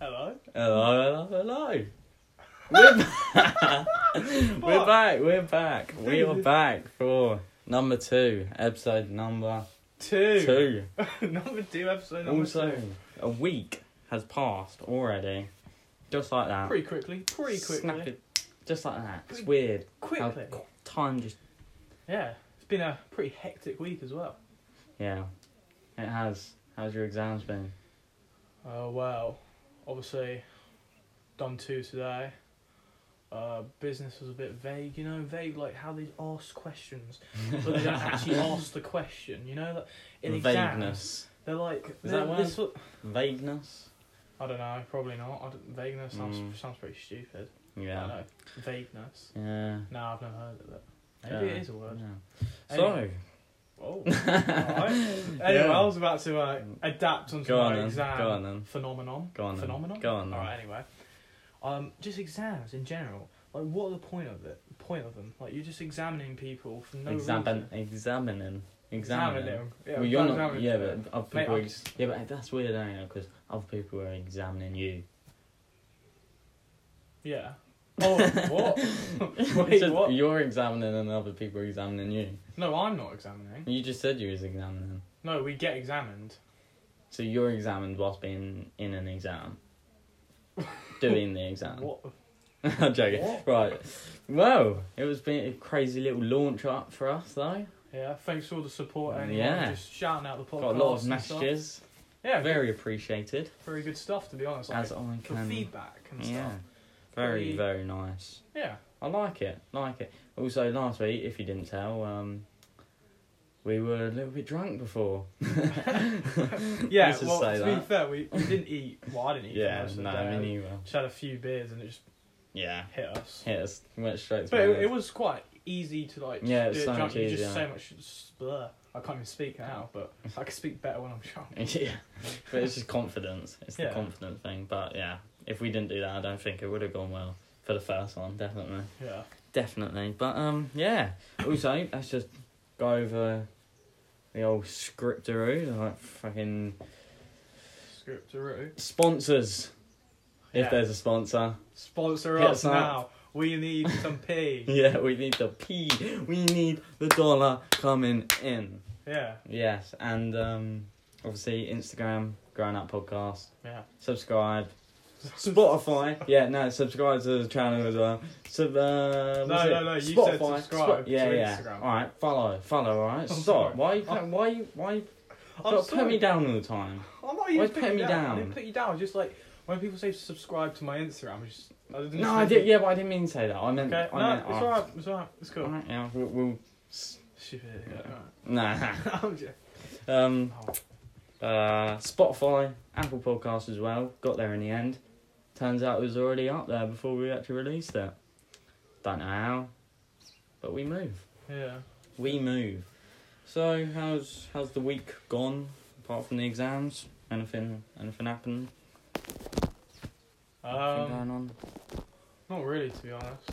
Hello. Hello, hello, hello. We're back. we're back. We're back. We are back for number two, episode number Two. two. number two episode number Also, two. a week has passed already, just like that. Pretty quickly. Pretty quickly. Snap it. Just like that. It's weird. How Quickly. qu- time just Yeah. It's been a pretty hectic week as well. yeah. It has. How's your exams been? Oh well. Obviously done two today. Uh, business was a bit vague, you know, vague like how they ask questions, but they don't actually ask the question. You know, like, in exams, Vagueness. they're like, Is they're- that this one? wa- Vagueness. I don't know, probably not. I don't, vagueness sounds Mm. sounds pretty stupid. I don't Yeah. know. Vagueness. Yeah. No, I've never heard of it. Maybe Yeah. it is a word. Yeah. So. Anyway. Oh. Alright. Anyway, I was about to uh, adapt onto Go on my then, exam go on then. phenomenon. Go on then, Phenomenon. go on then. All right. Anyway, um, just exams in general. Like, what are the point of it? Point of them? Like, you're just examining people for no Examine, reason. examining, Examining examining. them. Yeah, Well, you're not. examining Yeah, them. but other Mate, people. I'm ex- yeah, but that's weird, ain't it? Because other people are examining you. yeah. Oh, what? Wait, It's just what? You're examining, and other people are examining you. No, I'm not examining. You just said you was examining. No, we get examined. So you're examined whilst being in an exam. Doing the exam. What? I'm joking. What? Right. Whoa, it was been a crazy little launch up for us though. Yeah. Thanks for all the support. Anyone Yeah. Just shouting out the podcast. Got a lot of and stuff. messages. Yeah. Very, Very appreciated. very good stuff, to be honest. Like, As I for can. feedback and Yeah. stuff. Very Very- very nice. Yeah. I like it. Like it. Also last week, if you didn't tell, um, we were a little bit drunk before. Yeah, Let's just well, say to be that. fair, we, we didn't eat. Well, I didn't eat. for Yeah. most of the No, day. me neither. Just had a few beers and it just Yeah. hit us. Yeah, it's went straight to But my it, head. it was quite easy to like. Yeah, do it's so drunk. much You easier. Just so much. s- Blur. I can't even speak now, but I can speak better when I'm drunk. yeah, but it's just confidence. It's the Yeah. confident thing. But yeah, if we didn't do that, I don't think it would have gone well for the first one. Definitely, Yeah. definitely. But um, yeah. Also, let's just go over the old scriptaroo, like fucking Scriptaroo. sponsors. Yeah. If there's a sponsor, Sponsor Get us some. now. We need some pee. yeah, we need the P. We need the dollar coming in. yeah. Yes, and um, obviously Instagram, Growing Up Podcast. Yeah. Subscribe. Spotify. Yeah, no, subscribe to the channel as well. Sub, uh, No, was it? no, no, you said subscribe to yeah, yeah. Instagram. All right, follow, follow. All right, I'm stop. sorry. Why you? put- Why you? Why you? I'm Stop putting sorry. me down all the time. I'm not even Why'd putting you put me I down? didn't put you down. I was Just like when people say subscribe to my Instagram, I just. I didn't No, I did. Yeah, but I didn't mean to say that. I meant. Okay. I no, meant, it's oh, alright. It's alright. It's all cool. right, yeah, we'll. we'll s- Stupid. Yeah. Yeah. alright. nah. I'm just- Um, Oh. uh, Spotify, Apple Podcasts as well. Got there in the end. Turns out it was already up there before we actually released it. Don't know how, but we move. Yeah. We move. So how's how's the week gone? Apart from the exams, anything anything happened? anything Um, going on? not really, to be honest.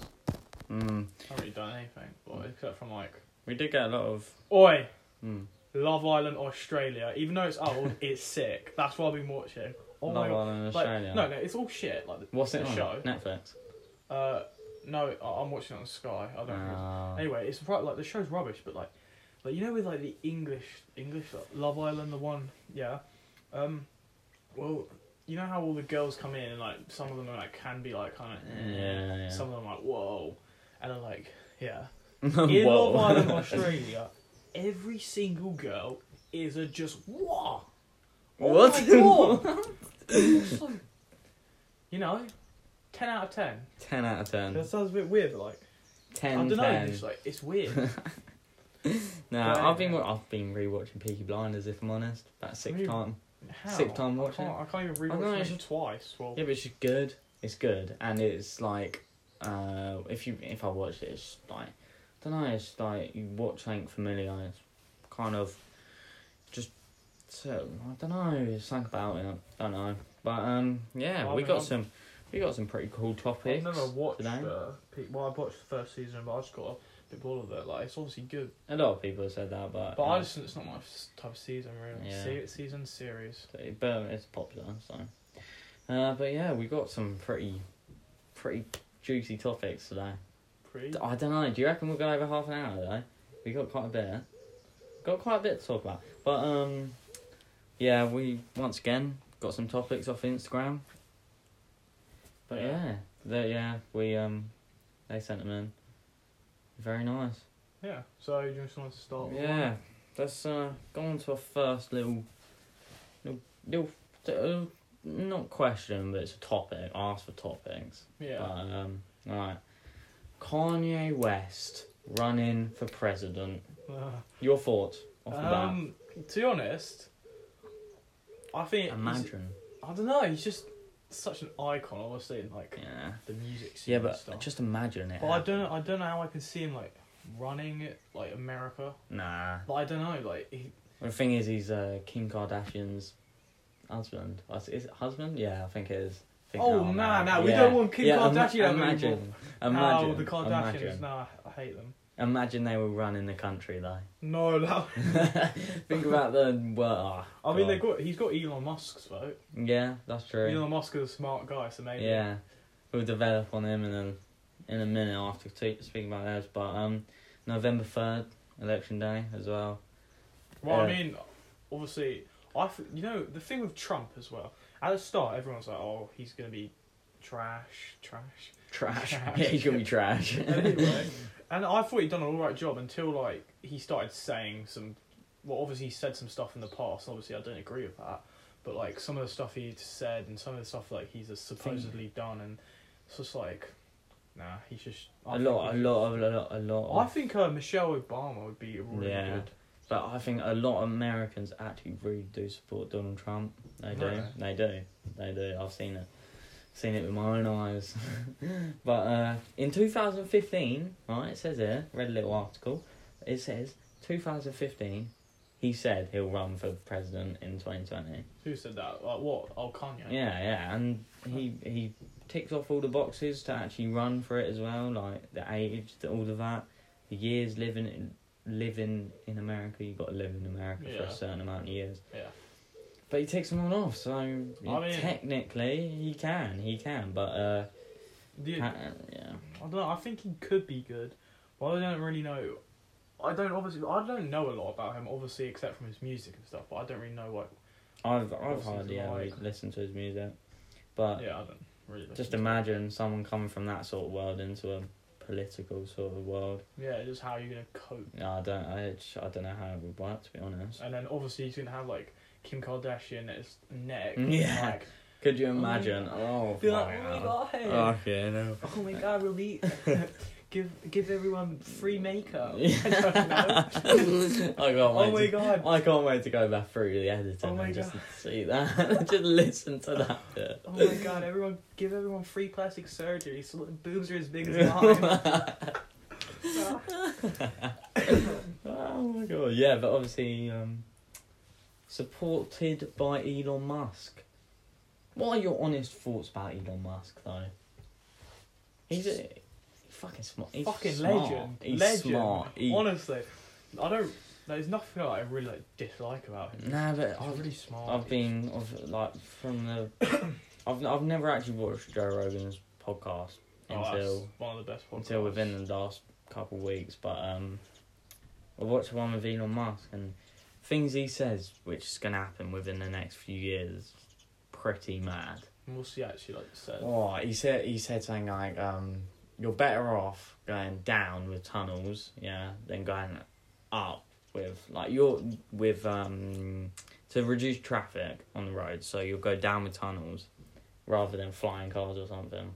Mm. I haven't really done anything, but except from like, We did get a lot of. oi, Mm. Love Island Australia. Even though it's old, it's sick. That's what I've been watching. Oh my Love god. Island Like, Australia. no, no, it's all shit. Like, What's it the on? show. Netflix. uh, no, I- I'm watching it on Sky. I don't. know. Ah. Anyway, it's right. Like the show's rubbish, but like, like you know with like the English English like, Love Island, the one, yeah. Um, well, you know how all the girls come in and like some of them are, like can be like kind of, Yeah, yeah. some of them are like whoa, and are like yeah. In Whoa. Love Island Australia, every single girl is a just whoa. Oh What? my God. Also, you know, ten out of ten. ten out of ten. That sounds a bit weird, but like I Ten. don't know. 10. It's like it's weird. No, Right. I've been wa- I've been rewatching Peaky Blinders if I'm honest. About six Really? time. How? Sixth time I watching can't, I can't even I know, rewatch it it's- twice. Well, Yeah, but it's just good. It's good, and it's like, uh, if you if I watched it, it's like, I don't know. It's like you watch something familiar. and It's kind of, just, so I don't know. It's something about it. I don't know. But um, yeah, Well, we I got mean, some, we got some pretty cool I've topics. never watched. today. Uh, Pe- well, I've watched the first season, but I just got a bit bored of it. Like it's obviously good, A lot of people have said that, but uh, but I yeah. just it's not my s- type of season really. Yeah. Se- season series. but it's popular. So, Uh, but yeah, we got some pretty, pretty juicy topics today. Pre. D- I don't know. Do you reckon we'll go over half an hour though? We got quite a bit. Got quite a bit to talk about. But um, yeah, we once again got some topics off Instagram. But Yeah. yeah, they, yeah, we um, they sent them in. Very nice. Yeah. So do you just want to start? with yeah, one? let's uh, go on to our first little, little, little, uh, not question, but it's a topic. Ask for topics. Yeah. But, um, alright. Kanye West running for president. Uh, Your thoughts off the um, to be honest, I think bat? Imagine. he's- I don't know. He's just such an icon, obviously, in like Yeah. the music scene. Yeah, and but stuff. just imagine it. But I happening. don't. I don't know how I can see him like running it like America. Nah. But I don't know. Like he, The thing is, he's uh, Kim Kardashian's husband. Uh, Is it husband? Yeah, I think it is. I think- Oh, no, nah, no, nah, we don't want Kim im- Kardashian having Imagine. involved. Imagine. oh, the Kardashians. Imagine. Nah, I hate them. Imagine they were running the country, though. No, no. Think about the. Well, oh, I mean, God. they got. He's got Elon Musk's vote. Yeah, that's true. Elon Musk is a smart guy, so maybe. Yeah, we'll develop on him in a in a minute after t- speaking about those. But um, November third, election day as well. Well, I Yeah. mean, obviously, I th- you know the thing with Trump as well. At the start, everyone's like, "Oh, he's gonna be trash, trash." Trash. Trash. yeah, he's gonna be trash. Anyway, and I thought he'd done an all right job until like he started saying some. Well, obviously he said some stuff in the past. and Obviously, I don't agree with that. But like some of the stuff he'd said and some of the stuff like he's supposedly done, and it's just like, nah, he's just a lot, a think- lot of, a lot, a lot. I Of, think uh, Michelle Obama would be really Yeah. good. but I think a lot of Americans actually really do support Donald Trump. They do. Really? They do. They do. I've seen it. Seen it with my own eyes. but uh, in 2015, right, it says here, read a little article, it says 2015, he said he'll run for president in 2020. Who said that? Like what? Oh, Kanye. Yeah, yeah, and he he ticks off all the boxes to actually run for it as well, like the age, the, all of that, the years living in, living in America. You got to live in America for Yeah. a certain amount of years. Yeah. But he ticks them all off, so mean- technically he can, he can, but uh, The- ha- yeah, I don't know. I think he could be good, but I don't really know. I don't obviously. I don't know a lot about him, obviously, except from his music and stuff. But I don't really know what. I've I've What's he hardly ever like? listened to his music, but Yeah, I don't really. Uh, just listen to imagine someone coming from that sort of world into a political sort of world. him. Yeah, just how you're gonna cope, No, I don't. I, just- I don't know how it would work to be honest. and then obviously he's gonna have like Kim Kardashian at his neck. Mm, Yeah. Like, Could you Oh my imagine? Oh, be like, fucking oh my hell. god. hey, Okay, no. Oh my god, we'll be. give give everyone free makeup. I don't know. I can't Oh my wait. to- god. I can't wait to go back through the editing Oh my and just see that. just listen to that bit. Oh my god, everyone give everyone free plastic surgery so the boobs are as big as mine. oh my god. Yeah, but obviously um, supported by Elon Musk. What are your honest thoughts about Elon Musk though? He's a he's fucking smart. He's fucking smart. legend. He's legend. smart. He- Honestly, I don't. There's nothing I really like dislike about him. Nah, but He's I've, really smart. I've been I've, like from the I've I've never actually watched Joe Rogan's podcast Oh, until that's one of the best podcasts. until within the last couple of weeks. But um, I watched one with Elon Musk and things he says, which is gonna happen within the next few years, pretty mad. And What's he actually like said? Oh, he said he said something like, um, "You're better off going down with tunnels, yeah, than going up with like you're with um to reduce traffic on the road. So you'll go down with tunnels rather than flying cars or something.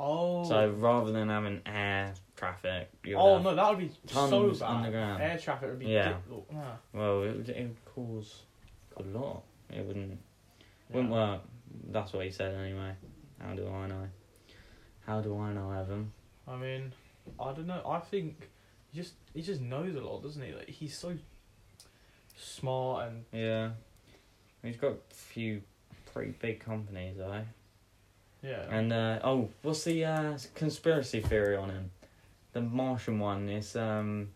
Oh. So rather than having air traffic, you'll oh have- no, that would be so tunnels bad. underground. Air traffic would be. Yeah. di- oh, nah. Well, it would, it would cause a lot. It wouldn't wouldn't Yeah. work. That's what he said anyway. How do I know? How do I know, Evan? I mean, I don't know. I think he just he just knows a lot, doesn't he? Like he's so smart and Yeah, he's got a few pretty big companies though. yeah. And uh, oh, what's the uh, conspiracy theory on him? The Martian one is um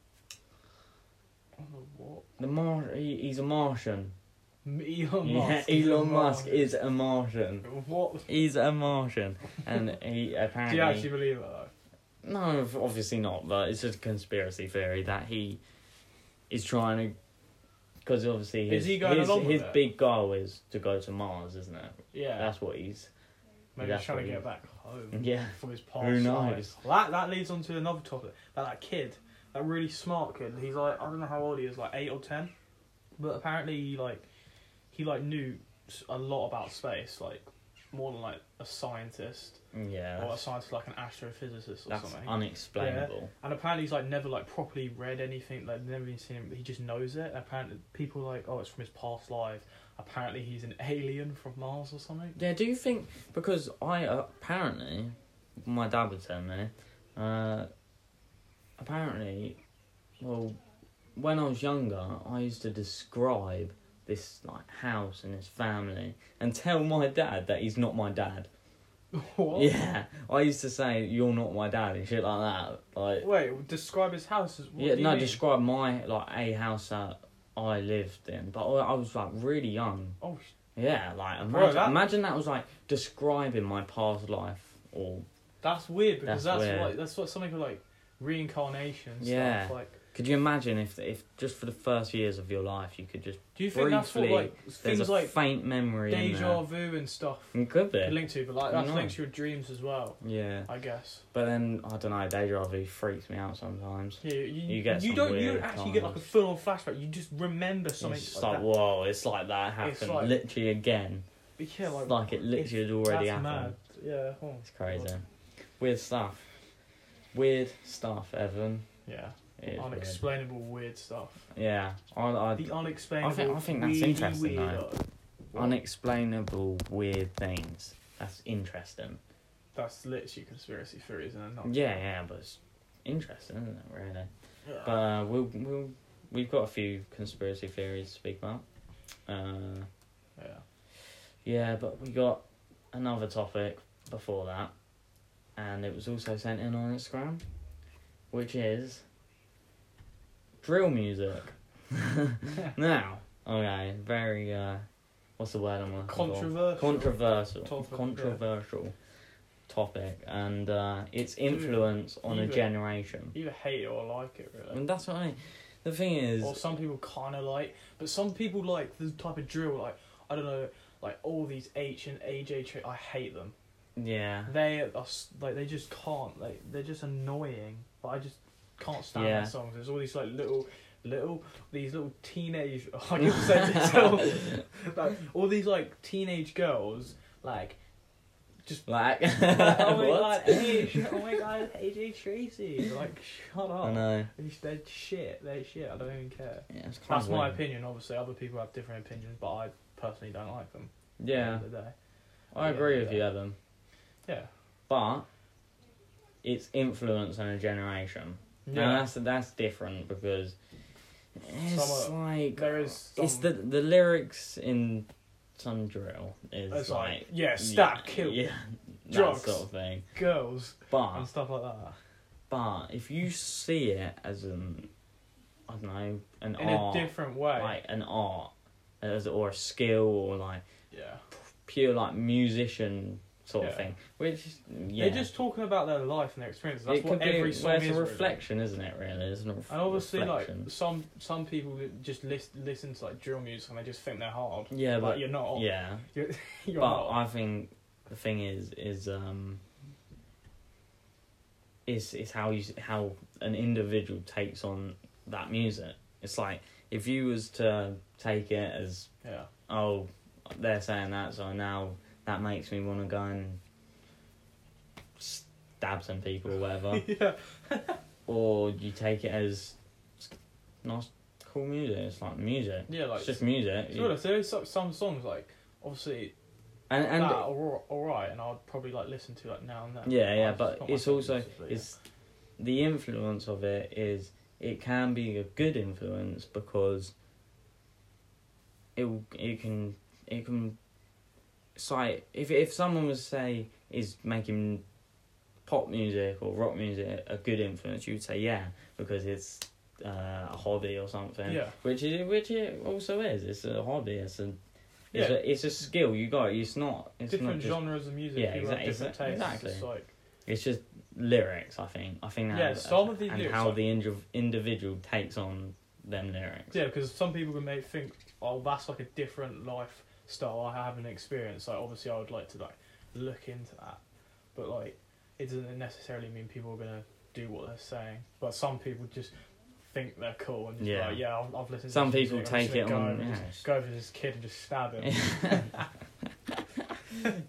I don't know what. the Mar he, he's a Martian. Elon Yeah, Musk. Elon Musk is a Martian. What? He's a Martian, and he Do you actually apparently believe that though? no, obviously not. But it's just a conspiracy theory that he is trying to, because obviously his Is he going his, along with his it? big goal is to go to Mars, isn't it? Yeah. That's what he's. Maybe he's that's trying what to he get is. back home Yeah, from his past. Who life. knows? That that leads on to another topic. That that kid, that really smart kid. He's like I don't know how old he is, like eight or ten, but apparently he like he like knew s- a lot about space, like more than like a scientist yeah. or a That's, scientist like an astrophysicist or that's something. unexplainable. And apparently he's like never like properly read anything, like never even seen him. He just knows it. And apparently people are like, oh, it's from his past life. Apparently he's an alien from Mars or something. Yeah, do you think because I apparently my dad would tell me, uh, apparently, well, when I was younger, I used to describe this like house and this family and tell my dad that he's not my dad. what? Yeah, I used to say you're not my dad and shit like that. Like, Wait, describe his house as. What yeah, do you no, mean? describe my like a house that I lived in, but I, I was like really young. Oh, Yeah, like imagine, Bro, that- imagine that was like describing my past life or That's weird because that's, That's what weird. that's what something like reincarnation and Yeah. stuff. Like, could you imagine if if just for the first years of your life you could just do you think that's what Briefly, like there's things a like faint memory in deja there. vu and stuff It could are be. linked to, but like that's No. linked to your dreams as well, Yeah. I guess. But then I don't know, deja vu freaks me out sometimes. Yeah, you, you, You get some don't you weird don't actually get like a times. full on flashback. You just remember something. it's just like like, that. whoa, it's like that It's happened like- literally again. But yeah, like, It's like it literally had already that's happened. mad. Yeah. Oh, It's crazy. God. Weird stuff. Weird stuff, Evan. Yeah. It is weird. Unexplainable weird. stuff. Yeah. I, I, The unexplainable. I think- I think that's really interesting, though. weird- uh, unexplainable weird things. That's interesting. That's literally conspiracy theories, and not. Yeah, yeah, but it's interesting, isn't it? Really. Yeah. But uh, we'll we'll we've got a few conspiracy theories to speak about. Uh, yeah. yeah, but we got another topic before that, and it was also sent in on Instagram, which is drill music. now, okay, very uh, what's the word I'm looking for? Controversial. controversial Topic, controversial topic and uh, its Dude, influence on a even- generation You either hate it or like it, really. and that's what I the thing is Or some people kind of like, but some people like the type of drill. Like I don't know, like all these H and AJ. Tri- I hate them. yeah They are s- like they just can't. Like they're just annoying. But I just can't stand Yeah. their songs. There's all these like little. Little these little teenage I can say this like all these like teenage girls like like oh my god what? AJ, oh my god AJ Tracy like shut up I know It's- They're shit. They're shit. I don't even care. yeah, it's kind That's of my weird. opinion. Obviously, other people have different opinions, but I personally don't like them. At yeah the end of the day. I agree with you Evan Yeah. but its influence on a generation yeah. Yeah. that's that's different because it's Some like There is. Some, it's the the lyrics in some drill is It's like, like yeah, stab, yeah, kill, yeah, drugs. that sort of thing. girls, and But stuff like that. but if you see it as an I don't know an In art, a different way. like an art, as or a skill or like yeah. pure like musician sort Yeah. of thing, which yeah, They're just talking about their life and their experiences. That's it what could every be. song Well, it's is. a really. reflection, isn't it? Really, it's a ref- And obviously, reflection. like some some people just list, listen to like drill music and they just think they're hard. yeah, like but you're not. yeah, You're, you're but not. I think the thing is is um is is how you how an individual takes on that music. It's like if you was to take it as yeah. oh they're saying that so now that makes me want to go and stab some people or whatever, yeah. or you take it as "It's nice cool music. It's like music. Yeah. Like it's just music. To be honest, there is so- some songs like obviously and and that are alright, and I'd probably like listen to like now and then. Yeah, yeah, Like, but not my it's also preferences, but yeah. it's the influence of it is it can be a good influence because it will- it can it can so I- if if someone was say is making pop music or rock music a good influence you would say yeah because it's uh, a hobby or something. Yeah. Which it, which it also is. It's a hobby. It's a it's, Yeah. a, it's a skill you got. It's not. It's not different just, genres of music. Yeah, people exac- have different exac- tastes. exactly. It's like It's just lyrics. I think. I think. That Yeah, some of the and lyrics how are- the indiv- individual takes on them lyrics. yeah, because some people can make think, oh, that's like a different lifestyle I haven't experienced. Like obviously, I would like to like look into that, but like it doesn't necessarily mean people are gonna do what they're saying. But some people just think they're cool and just Yeah. yeah, like, yeah, I've, I've listened. to Some this people music, I'm just take it gonna go on. over and Yeah. just Go over to this kid and just stab him.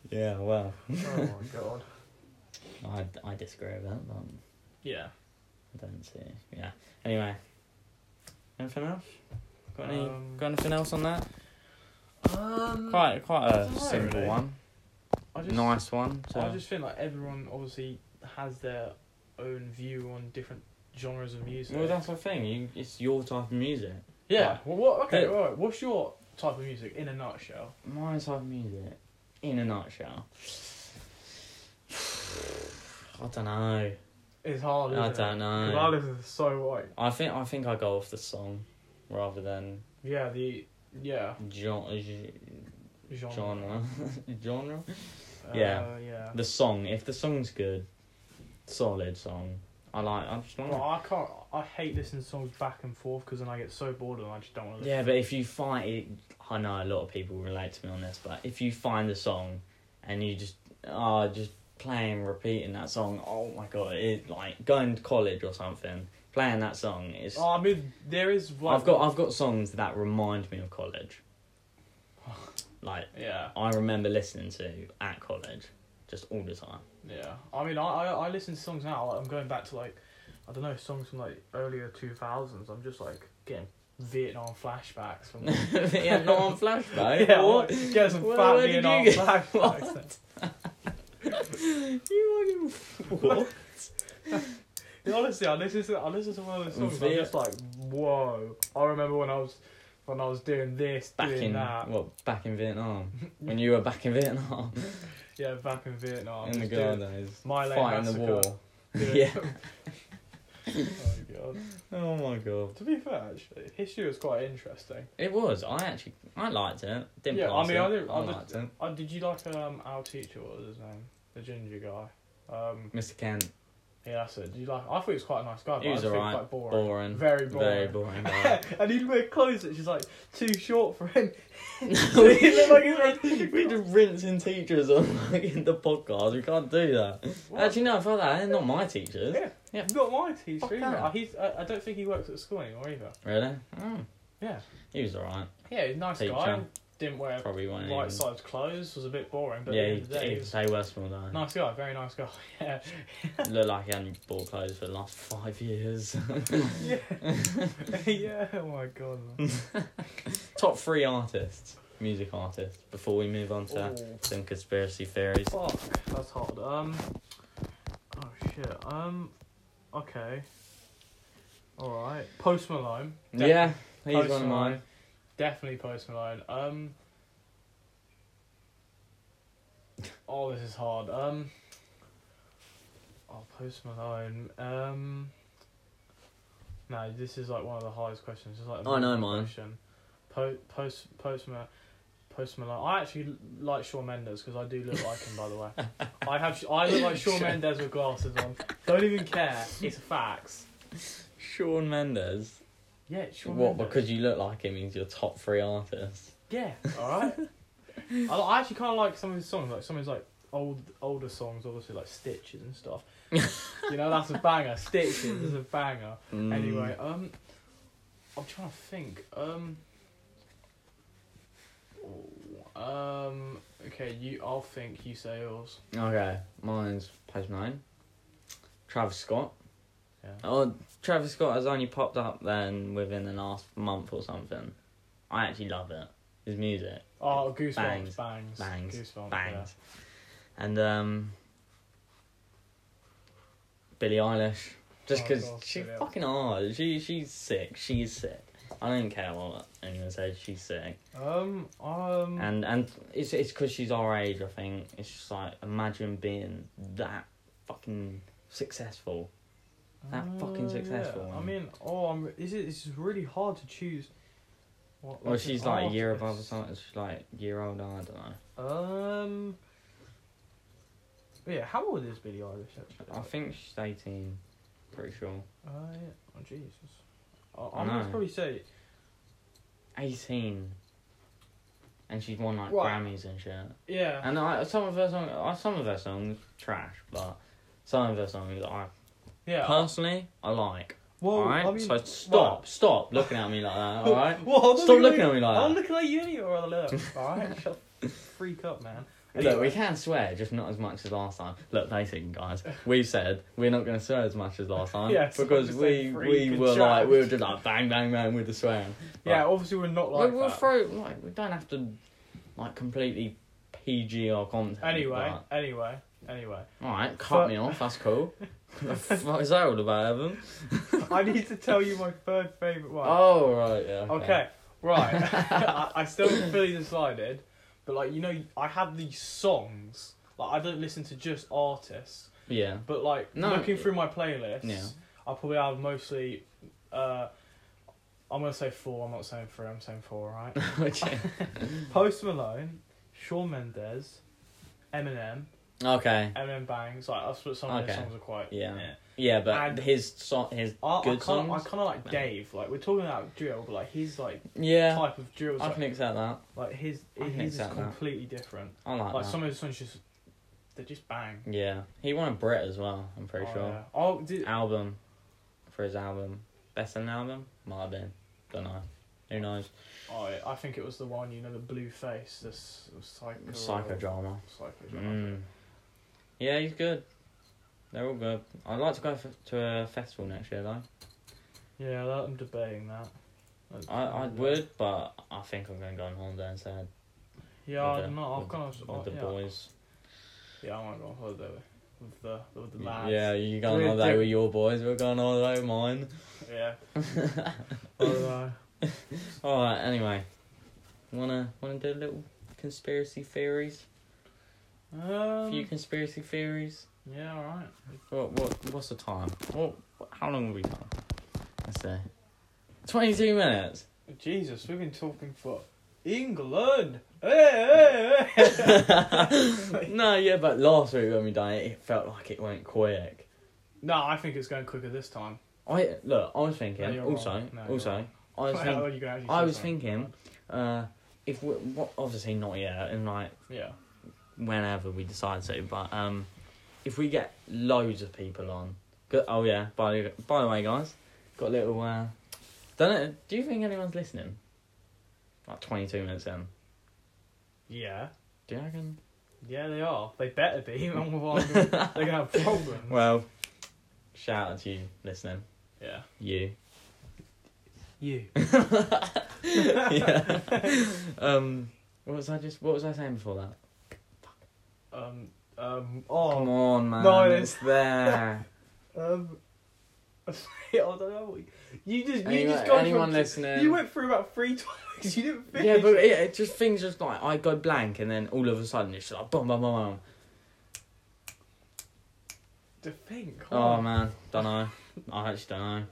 yeah. Well, oh my god. I, I disagree with that. But... Yeah. I don't see. Yeah. Anyway. Anything else? Got any? Um, got anything else on that? Um, Quite quite I don't a know, simple really. one. I just- nice one. So. I just think like everyone obviously has their own view on different genres of music. Well, that's the thing. You, it's your type of music. yeah. Well, what? Okay, Yeah. all right. What's your type of music in a nutshell? My type of music, in a nutshell. I don't know. It's hard. Isn't I it? don't 'Cause I know. listen to so like I think I think I go off the song rather than yeah the yeah genre. genre. Genre. genre. Uh, Yeah. yeah. The song. If the song's good, solid song. I like. I just like. Well, I can't. I hate listening to songs back and forth because then I get so bored and I just don't want to. Yeah, but if you find it, I know a lot of people relate to me on this, but if you find the song and you just are just playing, repeating that song, oh my god, it like going to college or something, playing that song is. Oh, I mean, there is. Like, I've got I've got songs that remind me of college. Like Yeah. I remember listening to at college, just all the time. Yeah, I mean, I, I I listen to songs now. Like, I'm going back to like, I don't know, songs from like earlier two thousands. I'm just like getting Vietnam flashbacks from. yeah, not on flashback. yeah, what? what? Get some Where- fat where did you Vietnam get- flashbacks. then. You fucking what? Yeah, Honestly, I listen to I listen to one of those songs. I'm Viet- just like, whoa! I remember when I was when I was doing this, Back doing in that. what? Back in Vietnam. when you were back in Vietnam. Yeah, back in Vietnam. in the just good doing- days. My Late fighting the Massacre. war. doing- Yeah. oh my god. Oh my god. To be fair, actually, history was quite interesting. It was. I actually I liked it. Didn't Yeah, I pass mean, it. I didn't- I liked it. Uh, did you like um our teacher? What was his name? The ginger guy. Um, Mr. Kent, yeah, that's it. Did you like? I thought he was quite a nice guy. But He I was just think alright. Quite boring. boring. Very boring. Very boring. guy. and he'd wear clothes that she's like too short for him. we looked like he was we just rinsing teachers on like, in the podcast. We can't do that. What? Actually, no. Fuck that. They're not my teachers. yeah, Yeah. not my teacher. Fuck either. that. Uh, He's. I, I don't think he works at school anymore either. Really? Mm. Yeah. He was alright. Yeah, he's a nice guy. Teacher. Didn't wear Probably won't. even- right sized clothes. Was a bit boring, but at the Yeah, end he, of the day, he he could was say worse than that. a nice guy. Very nice guy. Yeah. Looked like he hadn't bought clothes for the last five years. yeah. yeah. Oh my god. Top three artists, music artists. Before we move on to Ooh. some conspiracy theories. Fuck, that's hard. Um, oh shit. Um, okay. All right. Post Malone. Def- yeah, he's Post one of Malone. mine. Definitely Post Malone. Um. Oh, this is hard. Um. Oh, Post Malone. Um. No, this is like one of the hardest questions. It's like a I know normal mine. Question. Po- post Post Malone. Post Malone. I actually l- like Shawn Mendes because I do look like him. By the way, I have. I look like Shawn Mendes with glasses on. Don't even care. It's a facts. Sean Mendes. Yeah, Shawn what? Mendes. Because you look like him, he's your top three artist. Yeah, alright. I, I actually kind of like some of his songs, like some of his like old older songs, obviously like Stitches and stuff. you know, that's a banger. Stitches is a banger. Mm. Anyway, um, I'm trying to think. Um, ooh, um, okay, you. I'll think. You say yours. Okay, mine's Post Malone. Travis Scott. Yeah. Oh, Travis Scott has only popped up then within the last month or something. I actually love it. His music Oh, goosebumps, Bangs. bangs, Bangs. goosebumps, bangs, and um, Billie Eilish. Just Oh, because God, she Billie Eilish. fucking hard. She she's sick. She's sick. I don't care what anyone says. She's sick. Yeah. Um, um, and and it's it's because she's our age. I think it's just like imagine being that fucking successful that fucking successful. I mean, oh, I'm, is it? It's really hard to choose. What, Well, like, an she's like a year above or artist. something. She's like year old. I don't know. Um. Yeah, how old is Billie Eilish actually? I think she's eighteen. Pretty sure. Uh, yeah. Oh Jesus. I I I'm gonna know. probably say Eighteen. And she's won like What? Grammys and shit. yeah. And I, some of her songs, uh, some of her songs trash, but some of her songs I Yeah. personally I like. well, alright, I mean, so stop, stop looking at me like that. All right. Well, I'm not Stop looking looking at at me like I'm that. looking at you and you're all alert. All right, shut the freak up, man. Look, we can swear, just not as much as last time. Look, basically, guys, we said we're not going to swear as much as last time Yes, because just we say we freak and were like judge. we were just like bang bang bang with the swearing. yeah, obviously we're not Like, like we will that. throw like we don't have to like completely PG our content. anyway, anyway, anyway. all right, cut Fuck. me off. That's cool. what the fuck is that all about, Evan? I need to tell you my third favorite one. Oh right, yeah. Okay, right. I, I still haven't fully decided, but like you know, I have these songs. Like I don't listen to just artists, Yeah. but like No. looking through my playlists, Yeah. I probably have mostly. Uh, I'm gonna say four. I'm not saying three. I'm saying four. Right. okay. Post Malone, Shawn Mendes, Eminem, Okay. Eminem bangs. Like that's what some of his Okay. songs are quite. Yeah. Yeah, but And- his song, his I, I good kinda, I songs. kind of like No. Dave. Like we're talking about drill, but like his like yeah, type of drill. is, I like, can accept that. Like his, I can his is accept that. completely different. I like, Like that. some of his songs just, they just bang. Yeah, he won a Brit as well. I'm pretty Oh, sure. yeah. Oh, did, Album for his album, best selling album, might have been. Don't know. Who knows? oh, yeah, I think it was the one you know, the blue face, this psycho. Psychodrama. Psychodrama. Mm. Yeah, he's good. They're all good. I'd like to go f- to a festival next year though. Yeah, that, I'm debating that. That's- I I would, but I think I'm gonna go on holiday instead. Yeah, with I the- don't know. I've with- gone. with oh, the yeah. boys. Yeah, I might go on holiday with, with the with the lads. Yeah, you go on We're holiday do- with your boys. We're going on holiday with mine. Yeah. Although, All right. Anyway, wanna wanna do a little conspiracy theories? A few um, conspiracy theories. yeah, all right. What what what's the time? What how long have we done? Let's see. Twenty two minutes. Jesus, we've been talking for England. Hey, hey, hey. no, yeah, but last week when we done it, it felt like it went quick. no, I think it's going quicker this time. I look. I was No, thinking. you're also, wrong. No, you're also, wrong. I was Well, thinking. you can actually I say was something. thinking. Uh, if we what obviously not yet, and like Yeah. whenever we decide to. But um, if we get loads of people on, go- oh yeah. By the- by the way, guys, got a little. Uh, don't know, do you think anyone's listening? Like twenty two minutes in. Yeah. Do you reckon? Yeah, they are. They better be. Otherwise, they're going to have problems. Well, shout out to you listening. yeah. You. You. yeah. um. What was I just? What was I saying before that? Um, um, Come oh. on, man. No, it it's there. Um, I don't know. what you- You just, you Anyone- just got anyone from, listening? You went through about three topics. You didn't finish. yeah, but it, it just things just like I go blank, and then all of a sudden it's just like boom, boom, boom, boom. To think. come Oh on. man, don't know. I actually don't know.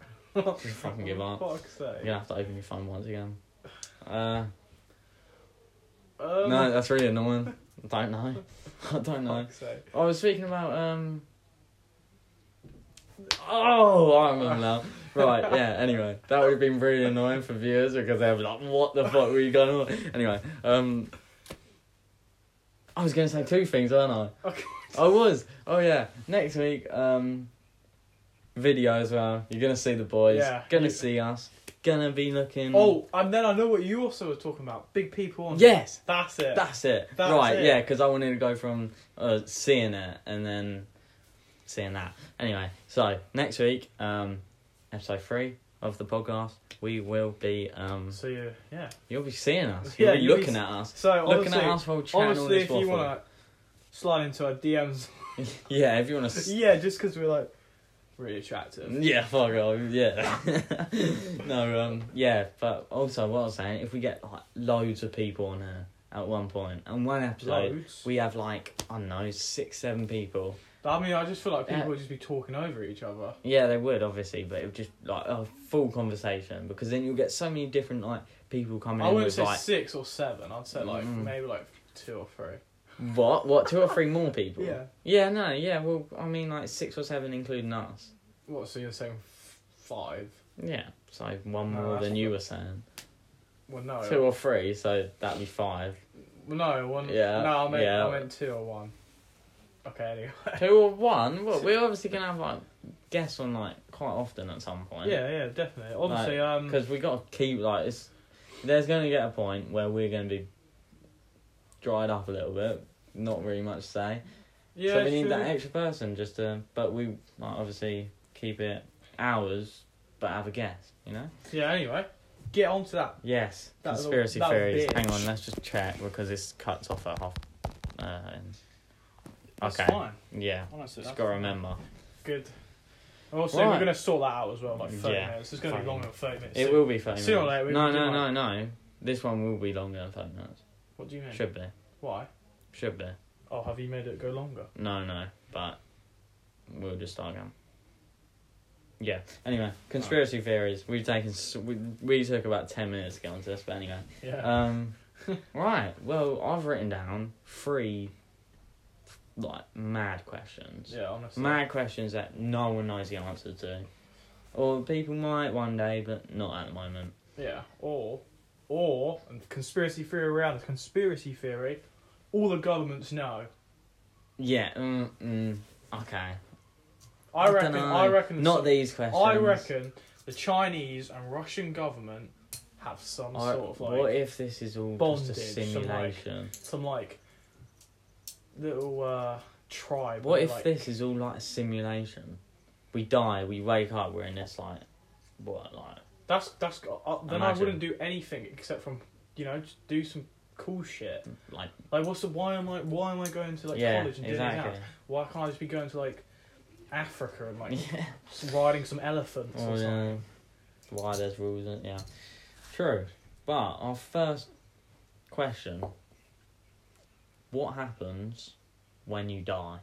Just fucking give up. Fuck's sake. You're gonna have to open your phone once again. Uh, Um, no, that's really annoying. I don't know. I don't know. fuck's sake. I was speaking about um. Oh, I remember now. Right, yeah. Anyway, that would have been really annoying for viewers because they'd be like, "What the fuck were you going on?" Anyway, um, I was going to say two things, weren't Okay. I? I was. Oh yeah. Next week, um, video as well. You're gonna see the boys. Yeah. Gonna You- see us. Gonna be looking. Oh, and then I know what you also were talking about. Big people on. Yes. That's it. That's it. That's right, it. yeah, because I wanted to go from uh, seeing it and then seeing that. Anyway, so next week, um, episode three of the podcast, we will be. Um, so you, yeah. you'll be seeing us. You'll Yeah, be you'll be looking s- at us. So Looking honestly, at us while chatting all Honestly, this if you waffle. want to slide into our DMs, yeah, if you want to. yeah, just because we're like Mm, really attractive. Yeah, fuck off. Yeah. no, um, yeah, but also what I was saying, if we get like loads of people on here at one point, and one episode, Loads. we have like I don't know six, seven people, But, I mean, I just feel like people Yeah. would just be talking over each other. Yeah, they would obviously, but it would just like a full conversation because then you'll get so many different like people coming I in wouldn't with say like six or seven. I'd say like Mm. maybe like two or three. what, what, two or three more people. Yeah. Yeah, no, yeah. Well, I mean, like six or seven, including us. What? So you're saying f- five? Yeah, so one No, more that's than not Oh, you good. were saying. Well, no. Two or three, so that'd be five. Well, no, one. Yeah, No, I meant yeah. I meant two or one. Okay. Anyway. two or one. Well, we're obviously gonna have like guests on like quite often at some point. Yeah, yeah, definitely. Obviously, um, because we got to keep like it's. There's gonna get a point where we're gonna be dried up a little bit, not really much to say. yeah, so we need should that we- extra person just to. But we like, obviously keep it hours, but have a guest. You know. yeah. Anyway, get on to that. Yes, That was a- conspiracy that was theories. bitch. Hang on, let's just check because this cuts off at half. Uh, and- That's okay. fine. Yeah, Honestly, just that's gotta remember. Good. Also, we're Right. gonna sort that out as well. Like thirty Yeah, minutes. It's gonna fine. be longer than thirty minutes. It so- will be funny. sooner or later we no, will do no, no, one. no. This one will be longer than five minutes. What do you mean? Should be. Why? Should be. Oh, have you made it go longer? No, no. But we'll just start again. Yeah. Anyway, conspiracy theories. We've taken. s- We, we took about ten minutes to get onto this, but anyway. Yeah. Um, right. Well, I've written down three, like mad questions. yeah. Honestly. Mad questions that no one knows the answer to, or people might one day, but not at the moment. Yeah. Or, or and conspiracy theory around the conspiracy theory. All the governments know. Yeah. Mm, mm, okay. I, dunno. reckon. I reckon. Not some- these questions. I reckon the Chinese and Russian government have some I- sort of like what if this is all bondage, just a some, like, simulation? some like little uh, tribe. what of, if like, this is all like a simulation? We die, we wake up, we're in this like, what like? That's that's. Uh, then I Imagine. wouldn't do anything except from you know just do some cool shit. Like Like what's the why am I why am I going to like yeah, college and doing that? exactly. Why can't I just be going to like Africa and like Yeah. s- riding some elephants Oh or something? yeah. Why there's rules in yeah. True. But our first question What happens when you die?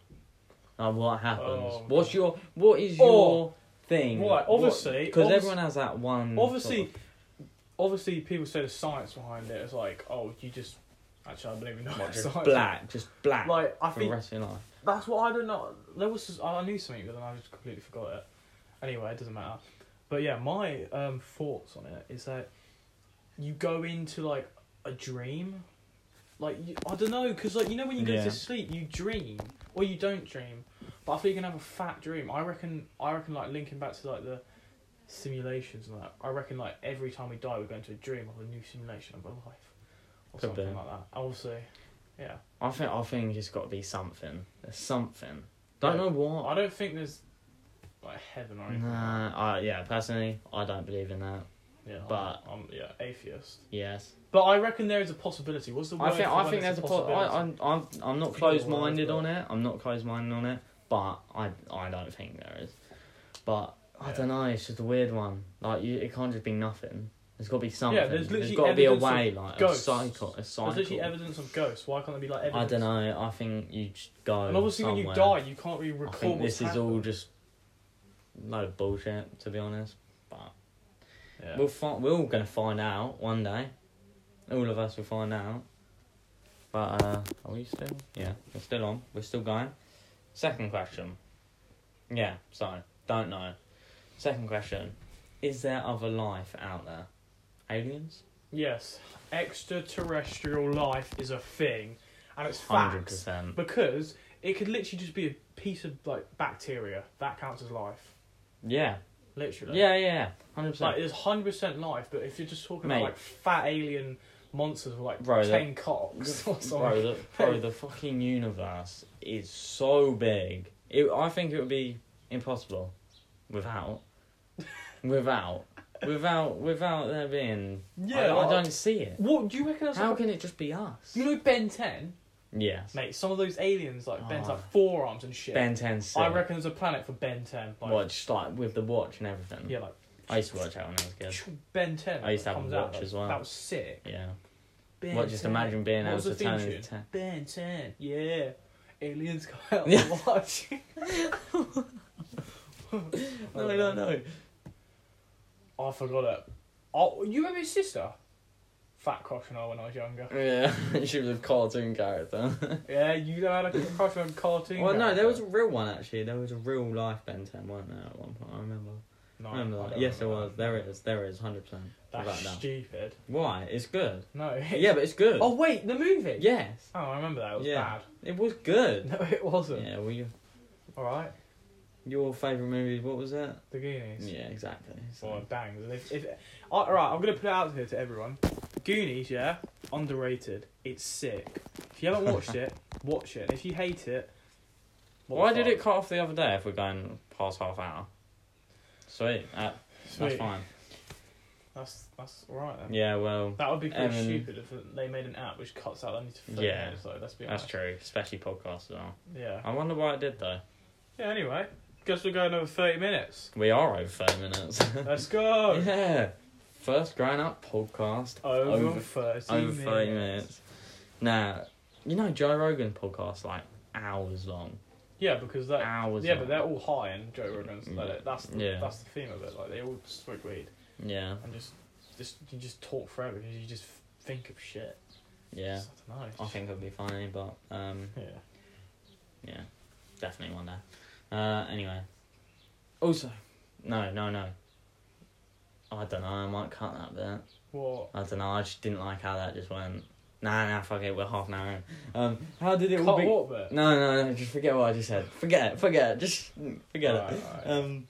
Like what happens? Oh, What's God. your what is Or- your thing? Right, obviously- because obvi- everyone has that one sort Obviously, of- obviously people say the science behind it is like oh you just actually I don't even know what, what just science. black, just black Like I for the think rest of your life. That's what I don't know. There was this- I knew something, but then I just completely forgot it. Anyway, it doesn't matter. But yeah, my um, thoughts on it is that you go into like a dream, like you, I don't know, because like you know when you go Yeah. to sleep, you dream or you don't dream. But I think you can have a fat dream. I reckon. I reckon like linking back to like the simulations and that. I reckon like every time we die, we go into a dream of a new simulation of a life or Could be. something like that. Obviously, yeah. I think I think it's gotta be something. There's something. Don't Yeah. know what I don't think there's like heaven or anything. Nah, I, yeah, personally, I don't believe in that. Yeah, But- I'm, I'm yeah atheist. Yes, But I reckon there is a possibility. What's the word? I think for I when think there's a po- possibility? I, I'm I'm I'm Think of a not word, closed minded but- on it. I'm not closed minded on it, but I I don't think there is. But I Yeah. don't know. It's just a weird one. Like you, it can't just be nothing. There's got to be something. there's there's literally got to be a evidence of way, like ghosts. a cycle, a There's literally cycle. evidence of ghosts. Why can't there be like I evidence? don't know. I think you just go. And obviously, when you somewhere. die, you can't really I recall. think what's this is all happened. just load of bullshit. To be honest, but Yeah. we'll find. We're all gonna find out one day. All of us will find out. But uh, are we still? Yeah, we're still on. We're still going. Second question. Yeah, sorry, don't know. Second question: Is there other life out there? Aliens? yes, extraterrestrial life is a thing, and it's Hundred fact percent. because it could literally just be a piece of like bacteria that counts as life. Yeah, Literally. yeah, yeah. Hundred Like percent. there's hundred percent life, but if you're just talking Mate. about like fat alien monsters with like Bro, ten cocks or something, Bro, the, bro, the fucking universe is so big. It, I think it would be impossible without, without, without, without there being. Yeah, I, I like- don't see it. What do you reckon? That's How like, can it just be us? you know Ben Ten, Yes. mate? Some of those aliens like Ben's Oh. like forearms and shit. Ben 10 sick. I reckon there's a planet for Ben Ten. Like, What, just like with the watch and everything? Yeah, like I used to watch that when I was a kid. phew, Ben Ten. I used to like, have a comes out, watch like, as well. That was sick. Yeah. Ben What, just 10. imagine being What able was the to theme turn tune? into 10. Ben Ten. Yeah. aliens come out Yeah. and watch. No, no, no. I forgot it. Oh, you remember his sister? Fat crush on her when I was younger. Yeah, she was a cartoon character. Yeah, you had a crush on a cartoon. well, no, character. there was a real one actually. There was a real life Ben Ten, wasn't there? At one point, I remember. No, I remember Oh, I that. don't Yes, there remember was. that. There it is. There it is. Hundred percent. That's About that. stupid. Why? It's good. No. Yeah, but it's good. Oh wait, the movie. Yes, Oh, I remember that. It was Yeah. it was good. bad. No, it wasn't. Yeah. Well, your All right. your favorite movie? What was that? The Goonies. Yeah, exactly. So- Or bangs. And if, if, all right, I'm gonna put it out here to everyone. Goonies, yeah, underrated. It's sick. If you haven't watched it, watch it. If you hate it, what Why the did it fuck? cut off the other day if we're going past half hour? Sweet, uh, that's Sweet. fine. That's that's all right then. Yeah, well, That would be pretty Um, stupid if they made an app which cuts out only to thirty Yeah. minutes. Though let's be that's honest. true, especially podcasts as well. Yeah. I wonder why it did though. Yeah. Anyway, guess we're going over thirty minutes. We are over 30 minutes. Let's go. yeah, first grown up podcast Over, Over- thirty. over minutes. 30 minutes. Now, you know, Joe Rogan podcast like hours long. Yeah, because that. hours yeah, long. but they're all high in Joe Rogan's. Like, that's the, Yeah. that's the theme of it. Like they all smoke weed. Yeah, and just just you just talk forever because you just think of shit. yeah. Just, I don't know. it's I just- think it'll be funny, but um, Yeah. Yeah, definitely one day. Uh, anyway. Also, no, no, no. I don't know. I might cut that bit. What? I don't know. I just didn't like how that just went. Nah, nah, fuck it. We're half an hour in. Um, how did it all Cut be? what bit? No, no, no. Just forget what I just said. Forget it. Forget it. Just forget Alright, it. alright. Um.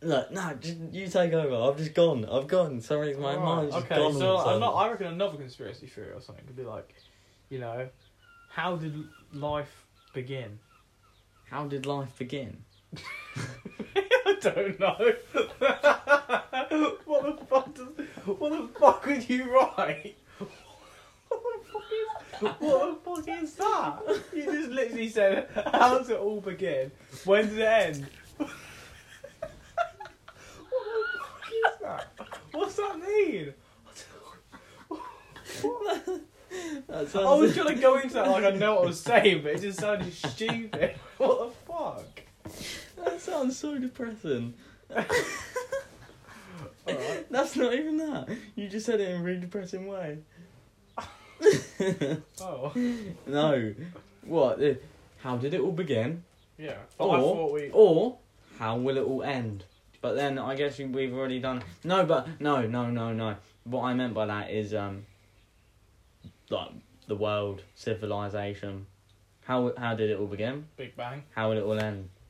Look, no, just, you take over. I've just gone. I've gone. Sorry, my Alright, mind's just okay, gone. so all of a I'm not, sudden. I reckon another conspiracy theory or something could be like, you know, how did life begin? How did life begin? I don't know. what the fuck does? What the fuck would you write? What the fuck is? What the fuck is that? You just literally said, "How does it all begin? When did it end?" what the fuck is that? What's that mean? That I was trying to go into that like I know what I was saying, but it just sounded stupid. What the fuck? That sounds so depressing. Alright. That's not even that. You just said it in a really depressing way. Oh, no. What? eh, How did it all begin? yeah. But I Or- thought we. Or how will it all end? But then I guess we- we've already done. No, but no, no, no, no. What I meant by that is um, like the world, civilization. How how did it all begin? Big Bang. How will it all end?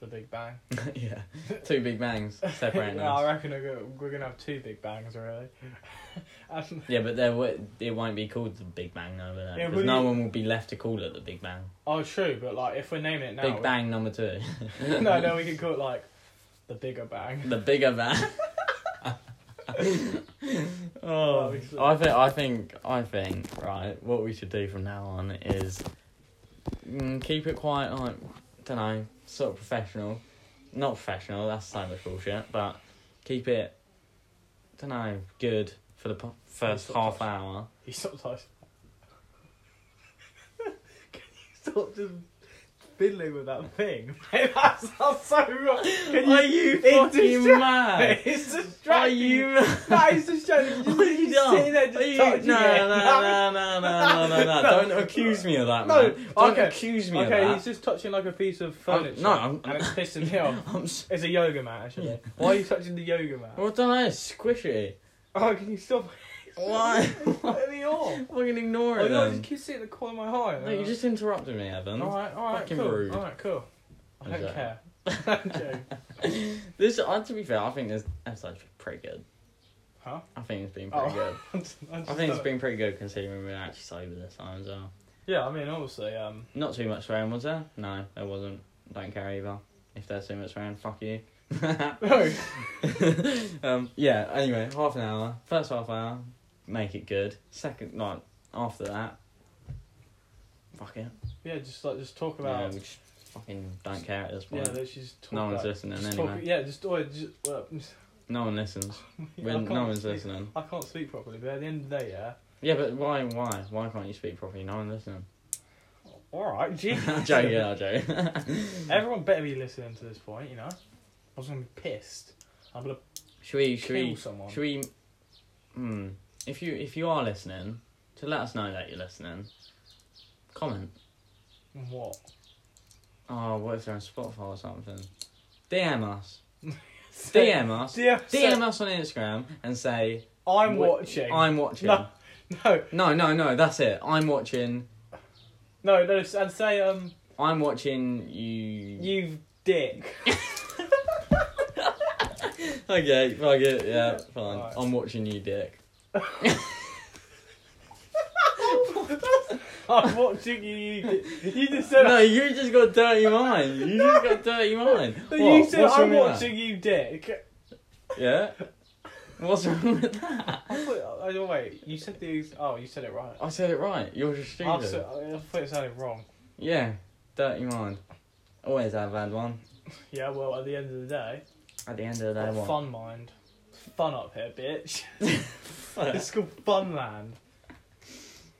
The Big Bang. yeah, two big bangs separating no, us. I reckon we're gonna, we're gonna have two big bangs really. And- Yeah, but there w- it won't be called the Big Bang though, will it? Yeah, Because but no you- one will be left to call it the Big Bang. oh, true, but like if we're naming it now, Big Bang number two. We, no, no, we can call it like the bigger bang. The bigger bang. oh, Obviously. I think I think I think right. What we should do from now on is mm, keep it quite like don't know, sort of professional. Not professional. That's so much bullshit. But keep it, don't know, good for the po- first Sort of half hour. He sometimes. can you stop just fiddling with that thing? Mate, that sounds so wrong. Can Are you? you It's fucking distracting. mad? It's Are distracting. you? That is distracting. What are you just doing? sitting there Are just you- No, touching it. no, no, no, no, no, no, no, No. Don't accuse me of that, No, man. Don't okay. accuse me Okay, of he's just touching like a piece of I'm- furniture. no, I'm- and it's pissing me that. off. I'm s- It's a yoga mat, actually. Why are you touching the yoga mat? Well, don't I? It's squishy. Oh, can you stop? Why? Let me off. Fucking ignore Oh, it. no, I then. just Oh, keep sitting in the corner of my eye. No, you just interrupted me, Evan. Alright, alright, Fucking cool. rude. Alright, cool. I Okay. don't care. I'm joking. This, uh, to be fair, I think this episode's been pretty good. Huh? I think it's been pretty Oh. good. I'm just- I'm I just think it's not- been pretty good considering we're actually sober this time as well. Yeah, I mean, obviously, um, Not too much swearing, was there? No, there wasn't. Don't care either. If there's too much swearing, fuck you. no. um, yeah, anyway, half an hour. First half hour, make it good. Second, like, after that, fuck it. Yeah, just like just talk Yeah, about. we just fucking don't care at this Yeah, point. let's just talk no one's about. listening just anyway. talk, yeah, just or just. Well, No one listens. I When can't no one's speak- listening. I can't speak properly, but at the end of the day, yeah. Yeah, but why, why? Why can't you speak properly? No one listening. all right, gee. I'm joking, I'm joking. Everyone better be listening to this point, you know. I was gonna be pissed. I'm gonna should we, should kill we, someone. should we, hmm, if you, if you are listening, to let us know that you're listening, comment. And What? Oh, what if they're on Spotify or something? DM us. DM us. Yeah. DM us on Instagram and say, I'm "Wa- watching. I'm watching. No, no, No, no, no, that's it. I'm watching. no, no. s- And say um, I'm watching you. you dick. Okay, fuck it. Yeah, fine. Alright. I'm watching you, Dick. I'm watching you. You, dick. you just said. No, you just got dirty mind. You just got dirty mind. But What? you said What's I'm wrong with watching you, dick. that? Yeah. What's wrong with that? I thought, oh, no, wait, you said the. Oh, you said it right. I said it right. You're just I, stupid. said, I thought it sounded wrong. Yeah, dirty mind. Always have had one. Yeah, well, at the end of the day, At the end of the got day, a what? fun mind. It's Fun up here, bitch. it's called Funland.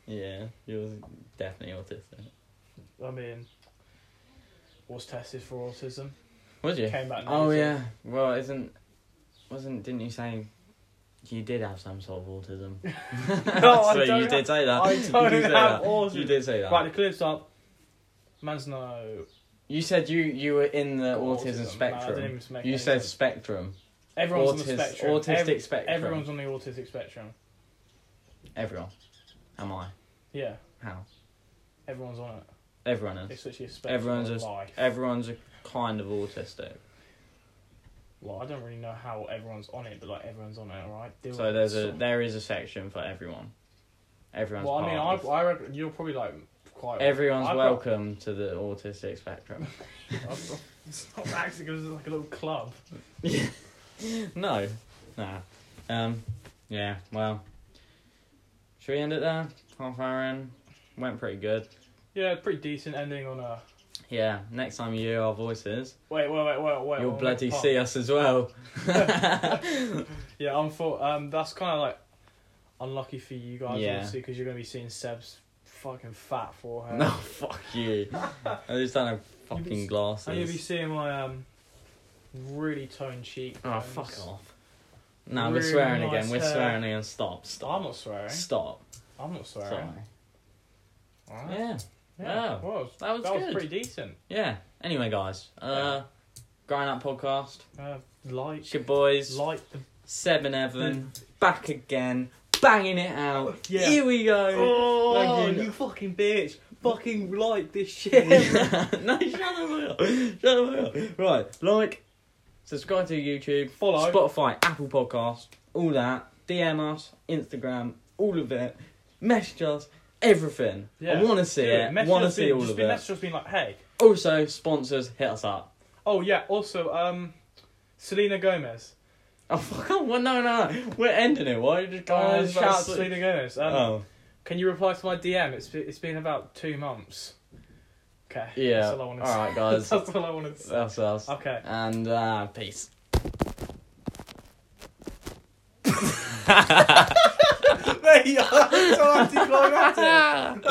Yeah, you're definitely autistic. I mean, was tested for autism. Was you? Came back. Oh yeah. negative. Well, isn't wasn't didn't you say you did have some sort of autism? No, I Sorry, don't you have- did say that. I you don't did say have that. autism. You did say that. Right, the clip's up. Man's no You said you you were in the got autism, Man, I didn't spectrum. even make you any said sense. spectrum. everyone's on Autis- the spectrum. autistic Every- spectrum. Everyone's on the autistic spectrum. Everyone. Am I? Yeah, How? everyone's on it. Everyone is. It's literally a spectrum Everyone's of just- life. Everyone's a kind of autistic. well, I don't really know how everyone's on it, but like everyone's on it, all right? Deal So with there's it. a there is a section for everyone. Everyone's Well, I mean, part I, of- I reckon you're probably like quite. everyone's I've got- welcome to the autistic spectrum. I've got- it's not actually because it's like a little club. no, nah. Um, yeah. Well, should we end it there? Half hour in, went pretty good. Yeah, pretty decent ending on a. Yeah. Next time you hear our voices, Wait, wait, wait, wait, wait. you'll wait, bloody wait, see us as well. Yeah, I'm for. Um, that's kind of like unlucky for you guys, Yeah. obviously, because you're gonna be seeing Seb's fucking fat forehead. no, fuck you. I just don't have fucking And you'll be glasses. seeing my um, really toned cheek. Oh, fuck off. No, we're Really swearing nice again. We're hair. swearing again. Stop. I'm Stop. not swearing. Stop. I'm not swearing. Sorry. Alright. Yeah. Yeah. Wow. Well, That was that was good. pretty decent. Yeah. Anyway, guys. Uh, Yeah. Grind Up Podcast. Uh, like, It's your boys. like the Seb and Evan back again, banging it out. Mm. Yeah. Here we go. Oh, Like you- you, fucking bitch! Fucking like this no, shit. shut the fuck up. Shut the fuck up. Right, like, subscribe to YouTube, Follow. Spotify, Apple Podcasts, all that. DM us, Instagram, all of it. Message us, everything. I want to see it. Message want to us see being- all just of been, it. That's just been like, hey. Also, sponsors, hit us up. Oh yeah. Also, um, Selena Gomez. Oh fuck! off. Well, no, no, no. We're ending it. Why are you just Uh, going? shout out to Selena Gomez. Um, Oh, Can you reply to my DM? It's be- it's been about two months. Okay. yeah. That's all I All wanted. to right, guys. say. That's all I wanted to say. That's us. Okay. And uh, peace. There you are. So anticlimactic.